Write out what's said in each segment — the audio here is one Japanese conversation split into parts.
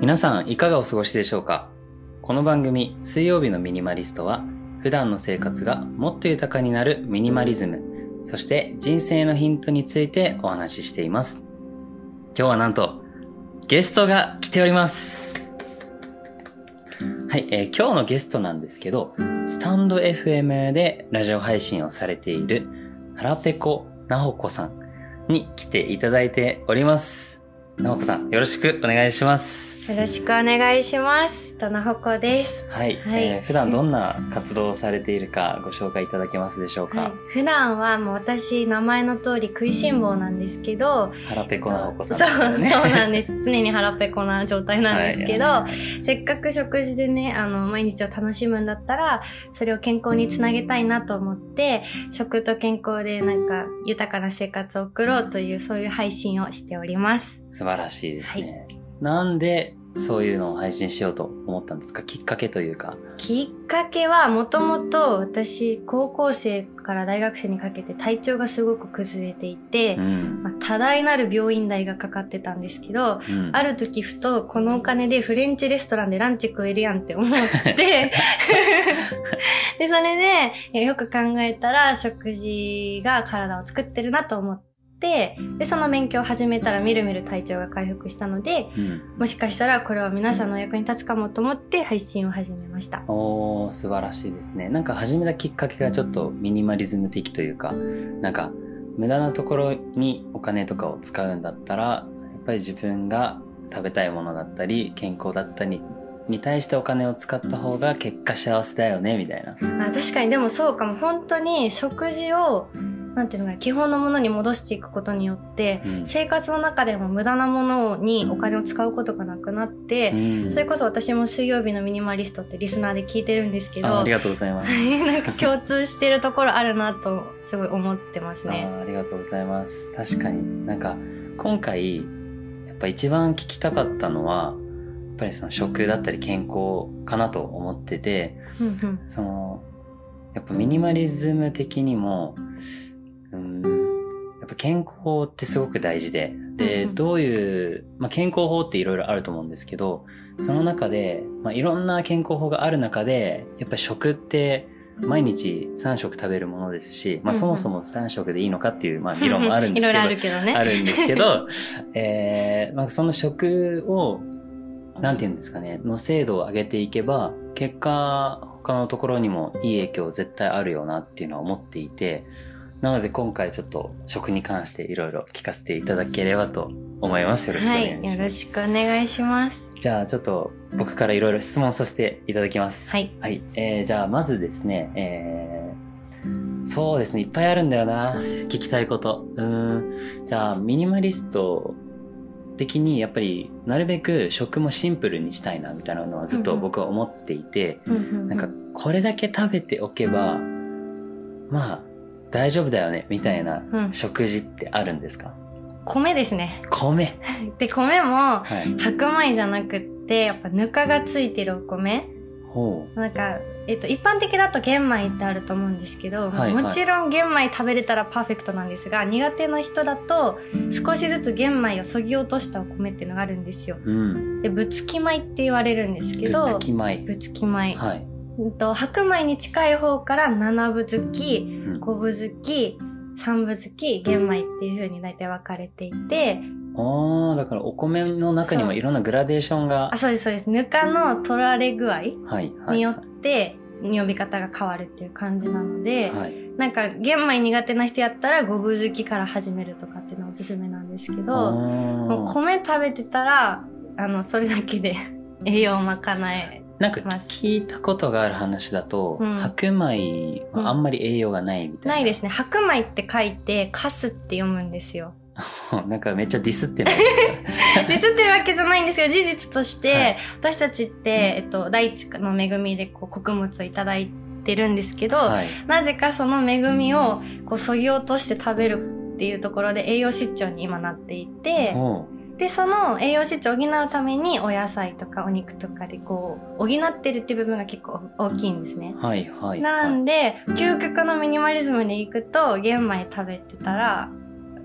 皆さんいかがお過ごしでしょうかこの番組水曜日のミニマリストは普段の生活がもっと豊かになるミニマリズム、そして人生のヒントについてお話ししています。今日はなんとゲストが来ております。はい、えー今日のゲストなんですけど、スタンド FM でラジオ配信をされている腹ペコなほこさんに来ていただいております。なほこさん、よろしくお願いします。よろしくお願いします。となほこです。はい、はいえー普段どんな活動をされているかご紹介いただけますでしょうはいか。、普段はもう私、名前の通り食いしん坊なんですけど、腹ペコなほこさん、そでう、すそうねなんです。 常に腹ペコな状態なんですけ ど、はいはいせっかく食事でね、あの、毎日を楽しむんだったら、それを健康につなげたいなと思って、食と健康でなんか豊かな生活を送ろうという、そういう配信をしております。素晴らしいですね。なんでそういうのを配信しようと思ったんですかきっかけというか。きっかけはもともと私高校生から大学生にかけて体調がすごく崩れていて、うん。まあ、多大なる病院代がかかってたんですけど、うんある時ふとこのお金でフレンチレストランでランチ食えるやんって思 って、で、それでえよく考えたら食事が体を作ってるなと思って、で、その勉強を始めたらみるみる体調が回復したので、うんもしかしたらこれは皆さんのお役に立つかもと思って配信を始めました。おー、素晴らしいですね。なんか始めたきっかけがちょっとミニマリズム的というか、なんか無駄なところにお金とかを使うんだったら、やっぱり自分が食べたいものだったり、健康だったりに対してお金を使った方が結果幸せだよね、みたいな。あ確かにでもそうかも本当に食事をなんていうのかな基本のものに戻していくことによって、うん生活の中でも無駄なものにお金を使うことがなくなって、んそれこそ私も水曜日のミニマリストってリスナーで聞いてるんですけどああり ながとうございます。んか共通してるところあるなとすごい思ってますね。あーありがとうございます。確かになんか今回やっぱ一番聞きたかったのはやっぱりその食だったり健康かなと思っててうんうんそのやっぱミニマリズム的にもうーんやっぱ健康ってすごく大事ででうんうんどういう、まあ、健康法っていろいろあると思うんですけどその中で、まあ、いろんな健康法がある中でやっぱり食って毎日3食食べるものですし、まあ、うんうんそもそも3食でいいのかっていう、ま あ、議論もあるんですいろけいろあどるけどね。あるんですけど、 えーまあ、その食を、なんていうんですかね、の精度を上げていけば、結果、他のところにもいい影響絶対あるよなっていうのは思っていて、なので今回ちょっと食に関していろいろ聞かせていただければと思います。よろしくおは願いしい、ます。よろしくお願いします。じゃあちょっと僕からいろいろ質問させていただきます。はい。はい。えー、じゃあまずですね、えー、そうですね、いっぱいあるんだよな。聞きたいこと。うーん。じゃあ、ミニマリスト的にやっぱりなるべく食もシンプルにしたいなみたいなのはずっと僕は思っていて、うんうんうんなんかこれだけ食べておけば、まあ大丈夫だよねみたいなうん、食事ってあるんですか米ですね。米。で、米も、はい。白米じゃなくって、やっぱぬかがついてるお米ほう。なんか、えっと、一般的だと玄米ってあると思うんですけど、はいはいもちろん玄米食べれたらパーフェクトなんですが、苦手な人だと、少しずつ玄米をそぎ落としたお米っていうのがあるんですよ。うん。で、ぶつき米って言われるんですけぶど、つき米。ぶつき米。はい。うんと白米に近い方から七分づき、うん五分づき、三分づき、玄米っていう風に大体分かれていて、ああ、だからお米の中にもそういろんなグラデーションがあ、。そうですそうです。ぬかの取られ具合はい、はい。によって呼び方が変わるっていう感じなので、はい。なんか玄米苦手な人やったら五分好きから始めるとかっていうのはおすすめなんですけど、もうあー米食べてたら、あの、それだけで 栄養を賄え。なんかます聞いたことがある話だと、うん白米はあんまり栄養がないみたいな。ないですね。白米って書いて、カスって読むんで すよ。ね。 なんかめっちゃディスってない。ディスってるわけじゃないんですけど、事実として、はい私たちって、えっと、大地の恵みでこう穀物をいただいてるんですけど、 はい。なぜかその恵みをこうそぎ落として食べるっていうところで栄養失調に今なっていて、ほで、その栄養失調を補うためにお野菜とかお肉とかでこう補ってるっていう部分が結構大きいんですねう。。はい、はい。なんでで、究極のミニマリズムでいくと、玄米食べてたら、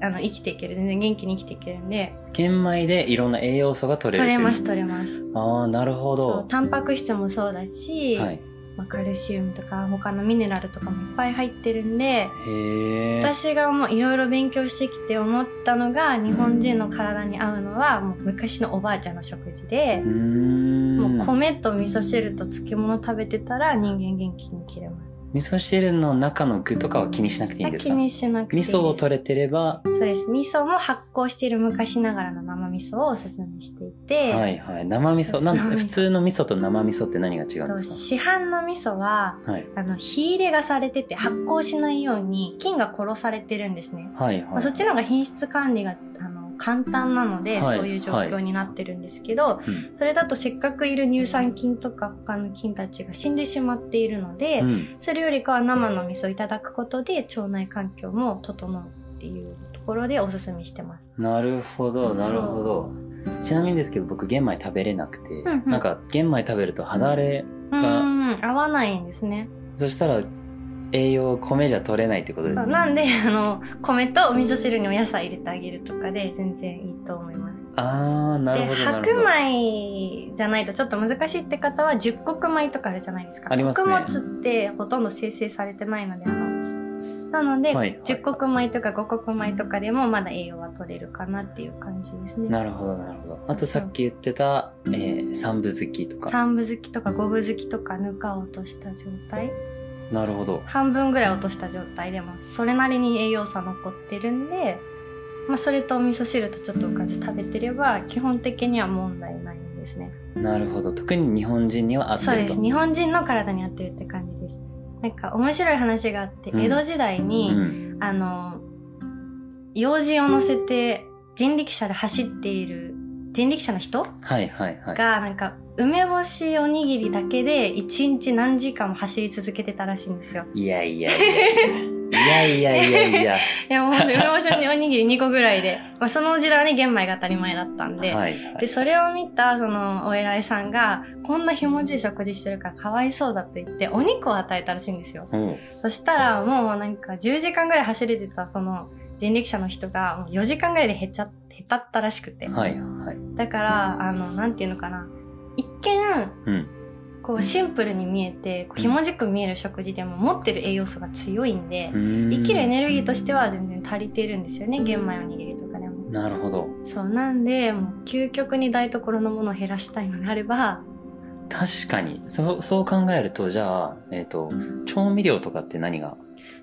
あの、生きていける。全然元気に生きていけるんで、玄米でいろんな栄養素が取れ取るとれいうます、取れます。ああ、なるほそう、ど。タンパク質もそうだし、はい。まあ、カルシウムとか他のミネラルとかもいっぱい入ってるんで、へえ。私がもういろいろ勉強してきて思ったのが、日本人の体に合うのは、もう昔のおばあちゃんの食事でうー、ん。もう米と味噌汁と漬物食べてたら人間元気に切れます。味噌汁の中の具とかは気にしなくていいんです気かにしなくていい。味噌を取れてれば、そうです。味噌も発酵している昔ながらの生味噌をおすすめしていて、はいはい。生味噌。なん生味噌普通の味噌と生味噌って何が違うんです市販の味噌は、かはい。あの、火入れがされてて発酵しないように菌が殺されてるんですね。はいはまあい。そっちの方が品質管理が、あの、簡単なので、はいそういう状況になってるんですけど、うんそれだとせっかくいる乳酸菌とか他の菌たちが死んでしまっているので、うん。それよりかは生の味噌をいただくことで腸内環境も整うっていうところでおすすめしてます。なるほど、なるほど。ちなみにですけど、僕、玄米食べれなくて、んうんなんか、玄米食べると肌荒れ、うーん、合わないんですね。そしたら、栄養、米じゃ取れないってことですそうね。なんで、あの、米とお味噌汁にお野菜入れてあげるとかで全然いいと思います。あー、なるで、ほど、な白るほど。米じゃないとちょっと難しいって方は、十穀米とかあるじゃないですか。ありますね穀物ってほとんど生成されてないので、あの、なのはいはいで、十穀米とか五穀米とかでもまだ栄養は取れるかなっていう感じですね。なるほど、なるほど。あと、さっき言ってた、えー、三部好きとか。三分好きとか五分好きとかぬかを落とした状態なるほど。半分ぐらい落とした状態でもそれなりに栄養素は残ってるんで、まあ、それとお味噌汁とちょっとおかず食べてれば基本的には問題ないんですねなるほど。特に日本人には合ってると。そうです日本人の体に合ってるって感じですなんか面白い話があって、うん江戸時代に、うん。あの用事を乗せて人力車で走っている人力車の人はいはいはい。がなんか梅干しおにぎりだけで一日何時間も走り続けてたらしいんですよいやいやいやいや。いやいやいやい や。いや、もう 梅干しにおにぎり2個ぐらいで、まあ、その時代はね、玄米が当たり前だったんで、はいはいで、それを見た、その、お偉いさんが、こんなひもじい食事してるからかわいそうだと言って、お肉を与えたらしいんですよ。うんそしたら、もうなんか、10時間ぐらい走れてた、その、人力車の人が、もう4時間ぐらいで減っちゃ、減ったったらしくて。はいはい。だから、あの、なんていうのかな。一見、うん。こう、シンプルに見えて、こうひもじく見える食事でも、持ってる栄養素が強いんで、うーん生きるエネルギーとしては全然足りてるんですよね玄米おにぎりとかでもなるほど。そうなんでもう究極に台所のものを減らしたいのであれば確かに。そう、そう考えると、じゃあ、えっ、と、調味料とかって何が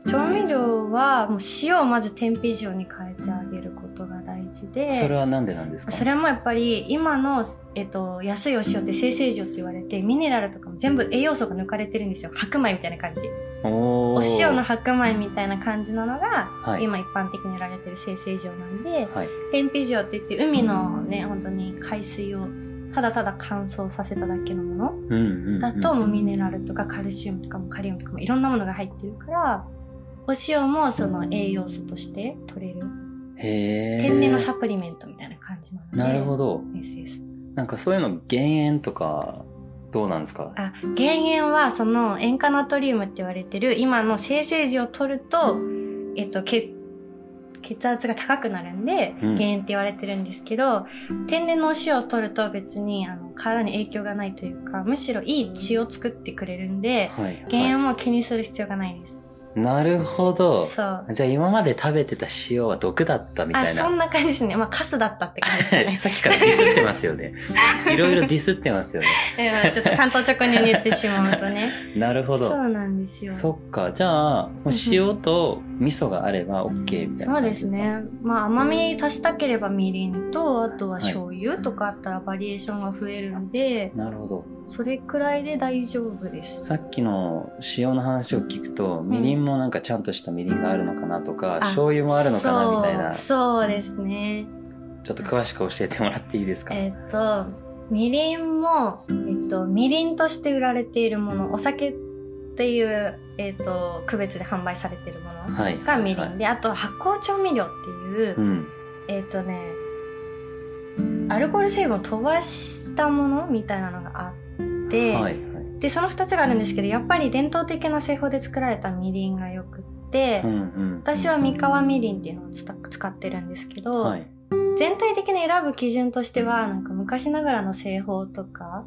調味料はもう塩をまず天日塩に変えてあげることが大事でそれはなんでなんですかそれもやっぱり今の、えっと、安いお塩って生成塩って言われてミネラルとかも全部栄養素が抜かれてるんですよ白米みたいな感じおおー塩の白米みたいな感じなのが、はい今一般的に売られてる生成塩なんで、はい。天日塩って言って海のね本当に海水をただただ乾燥させただけのものうんうん、うん。だともうミネラルとかカルシウムとかもカリウムとかもいろんなものが入ってるからお塩もその栄養素として取れるへー天然のサプリメントみたいな感じなのでなるほど。ですですなんかそういうの減塩とか、どうなんですかあ減塩はその塩化ナトリウムって言われてる今の生成時を取ると、えっと、血血圧が高くなるんでうん減塩って言われてるんですけど、天然のお塩を取ると別にあの体に影響がないというかむしろいい血を作ってくれるんではい、はい。減塩も気にする必要がないです。なるほど。そうじゃあ今まで食べてた塩は毒だったみたいあな。そんな感じですね。まあ、カスだったって感じですか ね。さっきからディスってますよね。いろいろディスってますよね。 えーちょっと単刀直入に言ってしまうとね。なるほそど。うなんですよ。そっか。じゃあ、もう塩と味噌があれば OK みたいなそう感じかです。ね。まあ甘み足したければみりんと、あとは醤油とかあったらバリエーションが増えるんで、なるほど。それくらいで大丈夫です。さっきの塩の話を聞くと、みりんもなんかちゃんとしたみりんがあるのかなとか、醤油もあるのかなみたいな、ちそうそうですね。ょっと詳しく教えてもらっていいですか、えっ、と、みりんも、えっ、と、みりんとして売られているもの、お酒っていう、えっ、と、区別で販売されているものはい。がみりはいんで、あと発酵調味料っていう、うん。えっ、とね、アルコール成分を飛ばしたものみたいなのがあって、はいはい。で、その2つがあるんですけど、やっぱり伝統的な製法で作られたみりんがよくって、て、うんうん、私は三河みりんっていうのをつた使ってるんですけど、はい、全体的に選ぶ基準としては、なんか昔ながらの製法とか、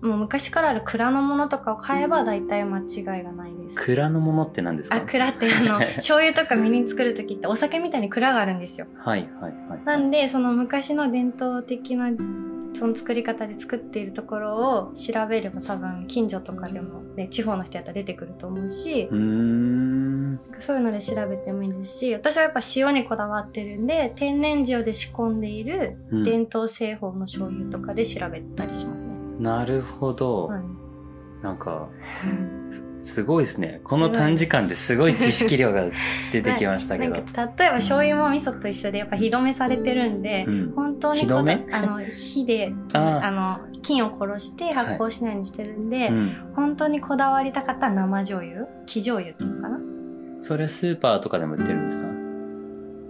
もう昔からある蔵のものとかを買えば大体間違いがないです。蔵のものって何ですかあ、蔵って あの、醤油とかみりん作るときってお酒みたいに蔵があるんですよ。はいはいはい。なんで、その昔の伝統的な、その作り方で作っているところを調べれば多分近所とかでも、ね、地方の人やったら出てくると思うしう、ーん。そういうので調べてもいいですし、私はやっぱ塩にこだわってるんで、天然塩で仕込んでいるうん伝統製法の醤油とかで調べたりしますね。なるほど。はいなんか、すごいですね。この短時間ですごい知識量が出てきましたけど。なんか例えば醤油も味噌と一緒でやっぱ火止めされてるんで、うん本当に火止めこだあの火であーあの菌を殺して発酵しないようにしてるんで、うん、本当にこだわりたかった生醤油生醤油っていうのかなそれスーパーとかでも売ってるんですか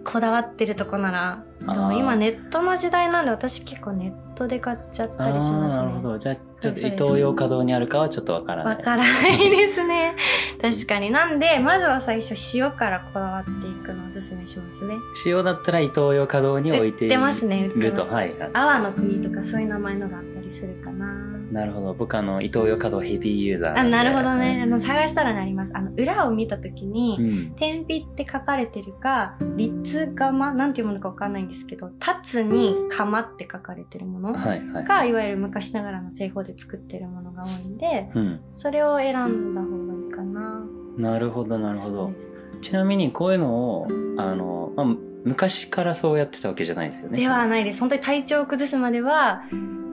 こだわってるとこならであーも今ネットの時代なんで私結構ネットで買っちゃったりしますなるほねど。じゃあ、ちょっと伊東洋華堂にあるかはちょっとわからなわい。からないですね確かになんでまずは最初塩からこだわっていくのをおすすめしますね塩だったら伊東洋華堂に置いてい出ますね売るってと。ますはい。阿波の国とかそういう名前のがあったりするかななるほど。僕あの、伊東洋華堂ヘビーユーザーあんでなるほどね、あの探したらなりますあの裏を見た時に、うん。天日って書かれてるか、立釜なんていうものかわかんないんですけど、立つに釜って書かれてるものはいはい。が、いわゆる昔ながらの製法で作ってるものが多いんで、うん。それを選んだ方がいいかな。なるほど、なるほど。ちなみにこういうのを、あの、まあ、昔からそうやってたわけじゃないですよね。ではないです。本当に体調を崩すまでは、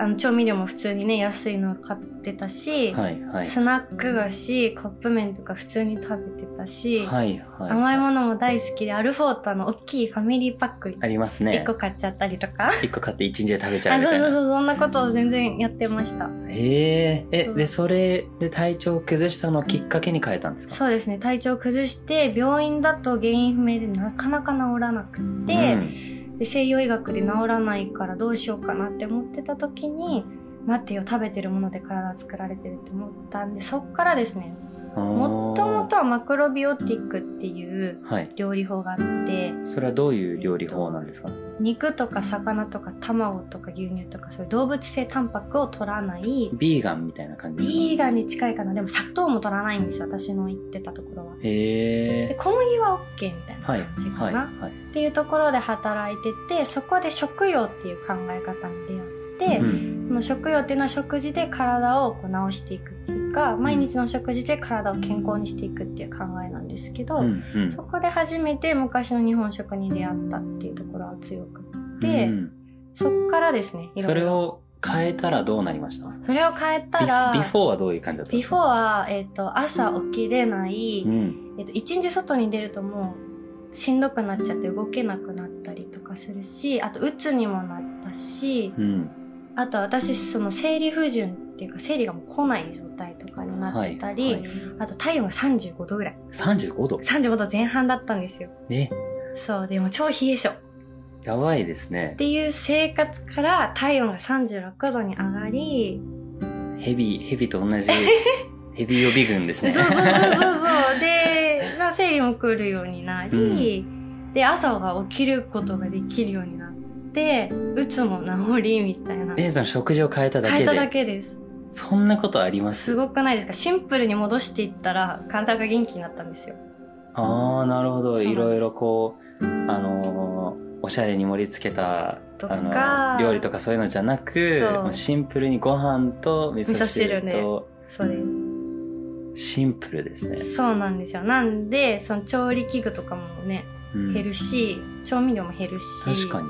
あの、調味料も普通にね、安いの買ってたし、はいはい。スナック菓子、カップ麺とか普通に食べてたし、はいはい。甘いものも大好きで、アルフォートあの、大きいファミリーパックあります1ね個。買っちゃったりとか。一個買って一日で食べちゃうあみそうたいそうな。そうそんなことを全然やってましたへえ。え、そうで、それで体調を崩したのをきっかけに変えたんですかそうですね体調を崩して病院だと原因不明でなかなか治らなくて、うんで西洋医学で治らないからどうしようかなって思ってた時に待ってよ食べてるもので体作られてるって思ったんでそっからですねもともとはマクロビオティックっていうあーはい。料理法があってそれはどういう料理法なんですか肉とか魚とか卵とか牛乳とかそういう動物性タンパクを取らないビーガンみたいな感じですかビーガンに近いかなでも砂糖も取らないんですよ私の言ってたところはへでえ。小麦は OK みたいなはい感じ。かはい。な、はい。っていうところで働いててそこで食用っていう考え方に出会って、うんこの食用っていうのは食事で体をこう治していくっていうか毎日の食事で体を健康にしていくっていう考えなんですけど、うんうんそこで初めて昔の日本食に出会ったっていうところは強くって、うんそっからですねいろそいれろを変えたらどうなりましたそれを変えたらビビフォーはどういう感じだったんビですフかォーは、えっと朝起きれない、うんえっと、一日外に出るともうしんどくなっちゃって動けなくなったりとかするしあと鬱にもなったしうんあと私その生理不順っていうか生理がもう来ない状態とかになってたり、はいはいあと体温が35度ぐらい35度35度前半だったんですよえそうでも超冷え性っやばいですねていう生活から体温が36度に上がり、ヘビヘビと 同じヘビ予備軍ですそうねそうそう そうそうで、まあ、生理も来るようになり、で朝が起きることができるようになってうつも治りみたいな姉さん食事を変えただ変えけただでけですそんなことありますすごくないですかシンプルに戻していったら体が元気になったんですよああなるほそうどなんですいろいろこうあのーおしゃれに盛り付けたとかあの料理とかそういうのじゃなくそうもうシンプルにご飯と味噌汁味噌とそうでシンプルですね、すそうなんですよなんでその調理器具とかもねうん減るし、調味料も減るし確かに、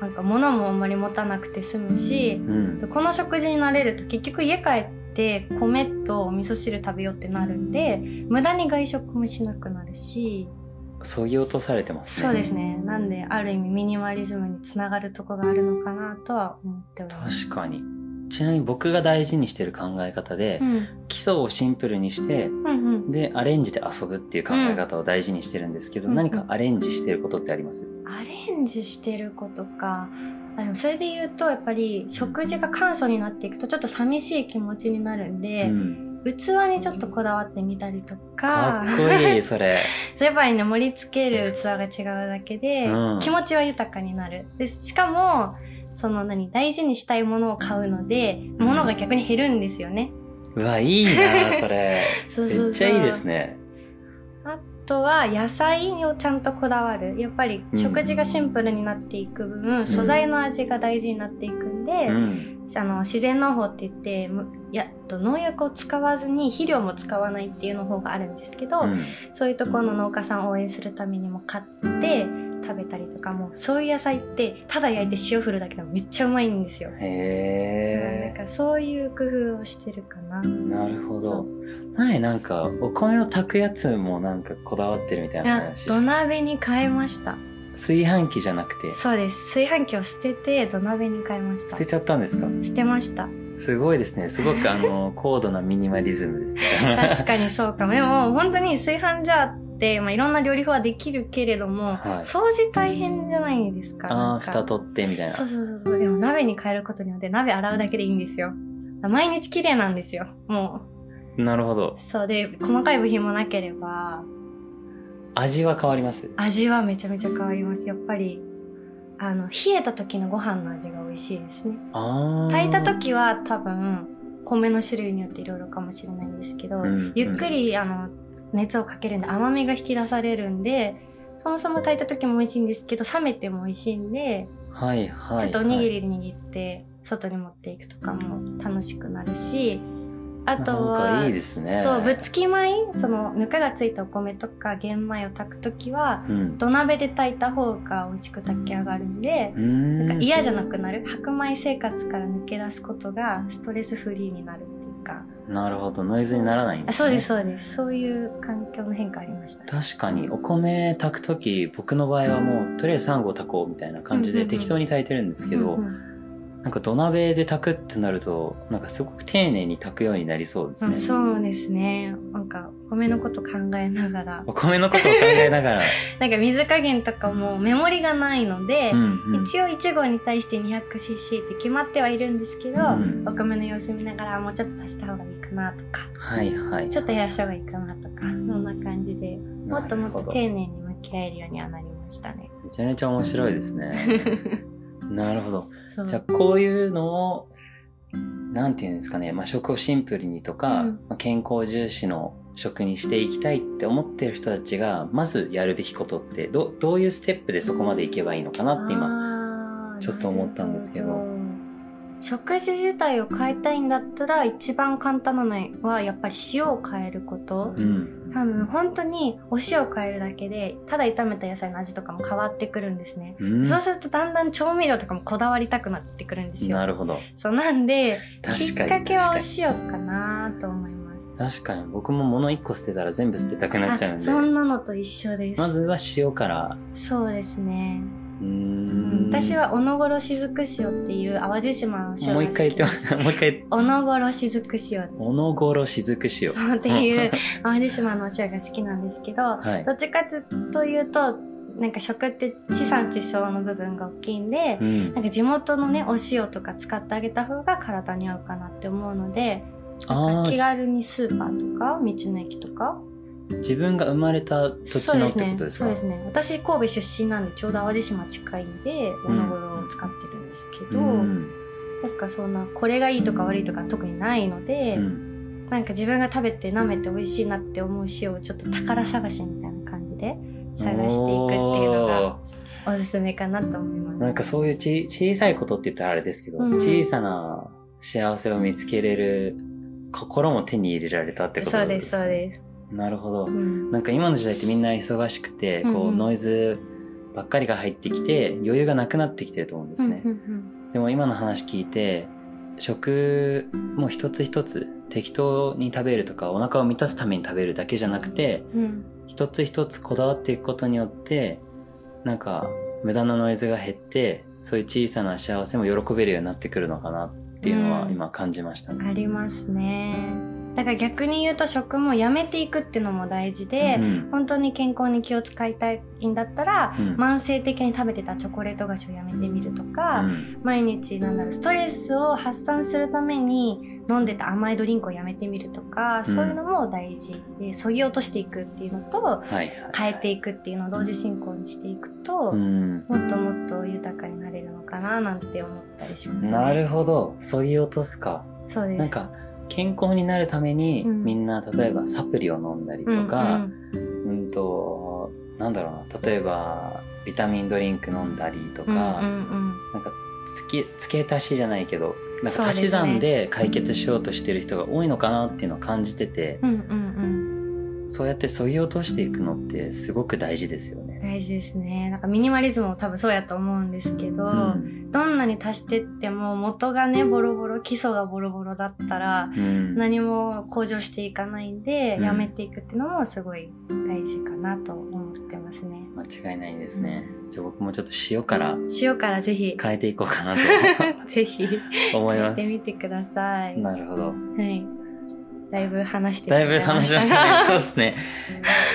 なんか物もあんまり持たなくて済むし、うん、この食事に慣れると結局家帰って米とお味噌汁食べようってなるんで無駄に外食もしなくなるしそぎ落とされてますねそうですねなんである意味ミニマリズムにつながるとこがあるのかなとは思っております。確かにちなみに僕が大事にしてる考え方で、うん基礎をシンプルにしてうんうん、でアレンジで遊ぶっていう考え方を大事にしてるんですけど、うん何かアレンジしてることってあります、アレンジしてることかあでもそれで言うとやっぱり食事が簡素になっていくとちょっと寂しい気持ちになるんで、うん器にちょっとこだわってみたりとかかっこいい、それ。そうやっぱりね、盛り付ける器が違うだけで、うん気持ちは豊かになる。で、しかも、その何、大事にしたいものを買うので、物が逆に減るんですよね。うわ、いいな、それ。 そうそうそう。めっちゃいいですね。あとは、野菜をちゃんとこだわる。やっぱり、食事がシンプルになっていく分、素材の味が大事になっていくんで、うん。あの、自然農法って言って、むいやと農薬を使わずに肥料も使わないっていうの方があるんですけど、うんそういうところの農家さんを応援するためにも買って食べたりとかもそういう野菜ってただ焼いて塩振るだけでもめっちゃうまいんですよ。そうなんへえ。かそういう工夫をしてるかな。なるほどそ。前なんか、お米を炊くやつもなんかこだわってるみたいなあ話土して。鍋に変えました。炊飯器じゃなくて、そうです。炊飯器を捨てて土鍋に変えまし捨た。てちゃったんですか捨てました。すごいですね。すごくあの、高度なミニマリズムですね。確かにそうかも。でも本当に炊飯ジャーって、まあ、いろんな料理法はできるけれども、はい掃除大変じゃないですか。 あなあ、んか蓋取ってみたいな。そうそうそうそう。でも鍋に変えることによって鍋洗うだけでいいんですよ。毎日綺麗なんですよ。もなるほどう。。そうで、細かい部品もなければ、味は変わります。味はめちゃめちゃ変わります。やっぱり、あの、冷えた時のご飯の味が美味しいですね。ああ。炊いた時は多分、米の種類によっていろいろかもしれないんですけど、うんゆっくり、あの、熱をかけるんで甘みが引き出されるんで、そもそも炊いた時も美味しいんですけど、冷めても美味しいんで、はいはい。ちょっとおにぎり握って外に持っていくとかも楽しくなるし、あはいとなんはかいいですね。そうぶつき米そのぬかがついたお米とか玄米を炊くときはうん。土鍋で炊いた方が美味しく炊き上がるんでうーん。なんか嫌じゃなくなる白米生活から抜け出すことがストレスフリーになるっていうかなるほど。ノイズにならないんあです、そうね。です。そうですそういう環境の変化ありました確かに、お米炊くとき、僕の場合はもう、とりあえず3合炊こうみたいな感じうんでうんうん適当に炊いてるんですけど、うんうんなんか土鍋で炊くってなると、なんかすごく丁寧に炊くようになりそうですうね。んそうですねなんかお米のこと考えながらお米のことを考えなが ら、なんか水加減とかもメモリがないので、んん一応1合に対して 200cc って決まってはいるんですけど、お米の様子見ながらもうちょっと足した方がいいかなとかはいはい。ちょっと減らした方がいいかなとかそんな感じでもっともっと丁なる寧に向き合えるようにはなりました ね。ほどめちゃめちゃ面白いですね。なるほど。そうじゃあこういうのを、なんていうんですかね、まあ、食をシンプルにとか、うんまあ健康重視の食にしていきたいって思ってる人たちが、まずやるべきことって、どどういうステップでそこまでいけばいいのかなって今。今ちょっと思ったんですけど食事自体を変えたいんだったら一番簡単なのはやっぱり塩を変えること。うん。多分本当にお塩を変えるだけでただ炒めた野菜の味とかも変わってくるんですね、うんそうするとだんだん調味料とかもこだわりたくなってくるんですよなるほど。そうなんでき確っかに。かけはお確かに塩かなと思います確かに。僕も物一個捨てたら全部捨てたくなっちゃうんで。そんなのと一緒です、まずは塩から。そうですね、うーん。私、は小野殺しずく塩っていう淡路島の塩もう一回言ってま ますす。もう一回。小野殺しずく塩ですおのごろしずく塩。っていう 淡路島のお塩が好きなんですけど、はいどっちかというとなんか食って地産地消の部分が大きいんで、うんな。んか地元のねお塩とか使ってあげた方が体に合うかなって思うのであ気あ、軽にスーパーとか道の駅とか自分が生まれた土地のってことですかそうですねそうですね私神戸出身なんでちょうど淡路島近いんでおのごろを使ってるんですけど、うんなんかそんなこれがいいとか悪いとか特にないので、うんなんか自分が食べて舐めて美味しいなって思う塩をちょっと宝探しみたいな感じで探していくっていうのがおおすすめかなと思いーます。なんかそういうち小さいことって言ったらあれですけど、うん小さな幸せを見つけれる心も手に入れられたってことそうです、そうすです。ね。なるほどう。んなんか今の時代ってみんな忙しくて、うんうんこうノイズばっかりが入ってきて余裕がなくなってきてると思うんですね。うんうんでも今の話聞いて食もう一つ一つ適当に食べるとかお腹を満たすために食べるだけじゃなくてうんうん一つ一つこだわっていくことによってなんか無駄なノイズが減ってそういう小さな幸せも喜べるようになってくるのかなっていうのはうん今感じましたね。ありますね。だから逆に言うと食もやめていくっていうのも大事で、うん本当に健康に気を使いたいんだったら、うん慢性的に食べてたチョコレート菓子をやめてみるとか、うん毎日なんだろうストレスを発散するために飲んでた甘いドリンクをやめてみるとか、そういうのも大事でそぎ落としていくっていうのとはいはい、変えていくっていうのを同時進行にしていくと、うんもっともっと豊かになれるのかななんて思ったりしますね。なるほどそぎ落とすかそうですなんか健康になるために、うんみんな例えばサプリを飲んだりとうんうか、んうんとなんだろうな例えばビタミンドリンク飲んだりとか、うんうんうんなんか付け付け足しじゃないけどなんそうかです足ねし算で解決しようとしてる人が多いのかなっていうのを感じてて、うんうんそうやって削ぎ落としていくのってすごく大事ですようんね。大事ですねなんかミニマリズムも多分そうやと思うんですけど、うんどんなに足してっても元がねボロボロ基礎がボロボロだったらうん何も向上していかないんで、うんやめていくっていうのもすごい大事かなと思ってますね間違いないですね。じゃあ僕もちょっと塩から塩から ぜひ変えていこうかな ぜひと思いやまってすみ。てくださいはなるほど。いだいぶ話してだいぶ話しま したね。そうですね。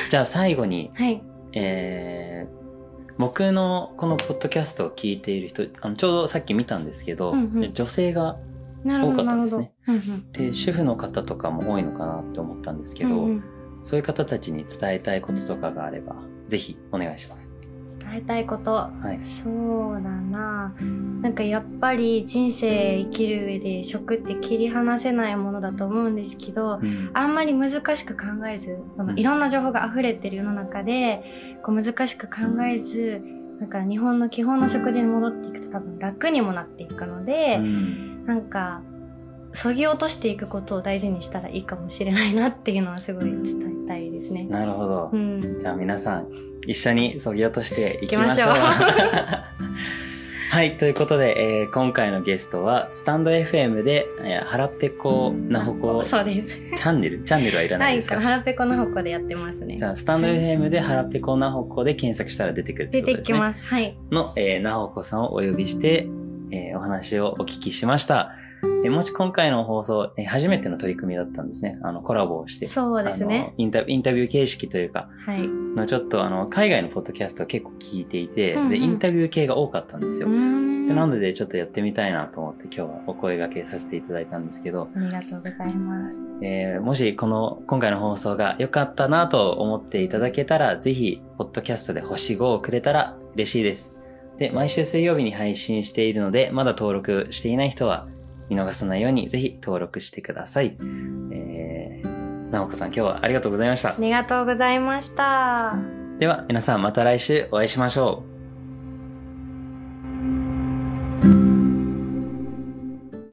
じゃあ最後に、はいえー僕のこのポッドキャストを聞いている人、あのちょうどさっき見たんですけど、うんうん女性がなるほど多なかるったでほすど、ねうんうんで主婦の方とかも多いのかなって思ったんですけど、うんうんそういう方たちに伝えたいこととかがあればぜひお願いします。伝えたいことはい、そうだななんかやっぱり人生生きる上で食って切り離せないものだと思うんですけどうんあんまり難しく考えずそのうんいろんな情報が溢れてる世の中でこう難しく考えずなんか日本の基本の食事に戻っていくと多分楽にもなっていくので、うんなんかそぎ落としていくことを大事にしたらいいかもしれないなっていうのはすごい伝えたいですね。なるほど、うん、じゃあ皆さん一緒にそぎ落としていきましょう。行きまし はい、ということで、えー今回のゲストはスタンド FM で、えー、腹ペコなほこチそうです。ャンネルチャンネルはいらはないい、ですか、腹ペコの方向でやってますねじ。ゃあスタンド FM で腹ペコなほこで検索したら出てくるって出ことてですね。きます。はい。の、えー、なほこさんをお呼びして、えーお話をお聞きしました。えーもし今回の放送、えー初めての取り組みだったんですね。あの、コラボをして。そうですあのね。インタ。インタビュー形式というか、はい。うのちょっとあの、海外のポッドキャストを結構聞いていて、うんうんで、インタビュー系が多かったんですーよ。んでなので、ちょっとやってみたいなと思って今日はお声掛けさせていただいたんですけど、ありがとうございます。えーもしこの、今回の放送が良かったなと思っていただけたら、ぜひ、ポッドキャストで星5をくれたら嬉しいです。で、毎週水曜日に配信しているので、まだ登録していない人は、見逃さないように、ぜひ登録してください。えー、なおこさん今日はありがとうございましたあ。りがとうございました。では、皆さんまた来週お会いしましょう。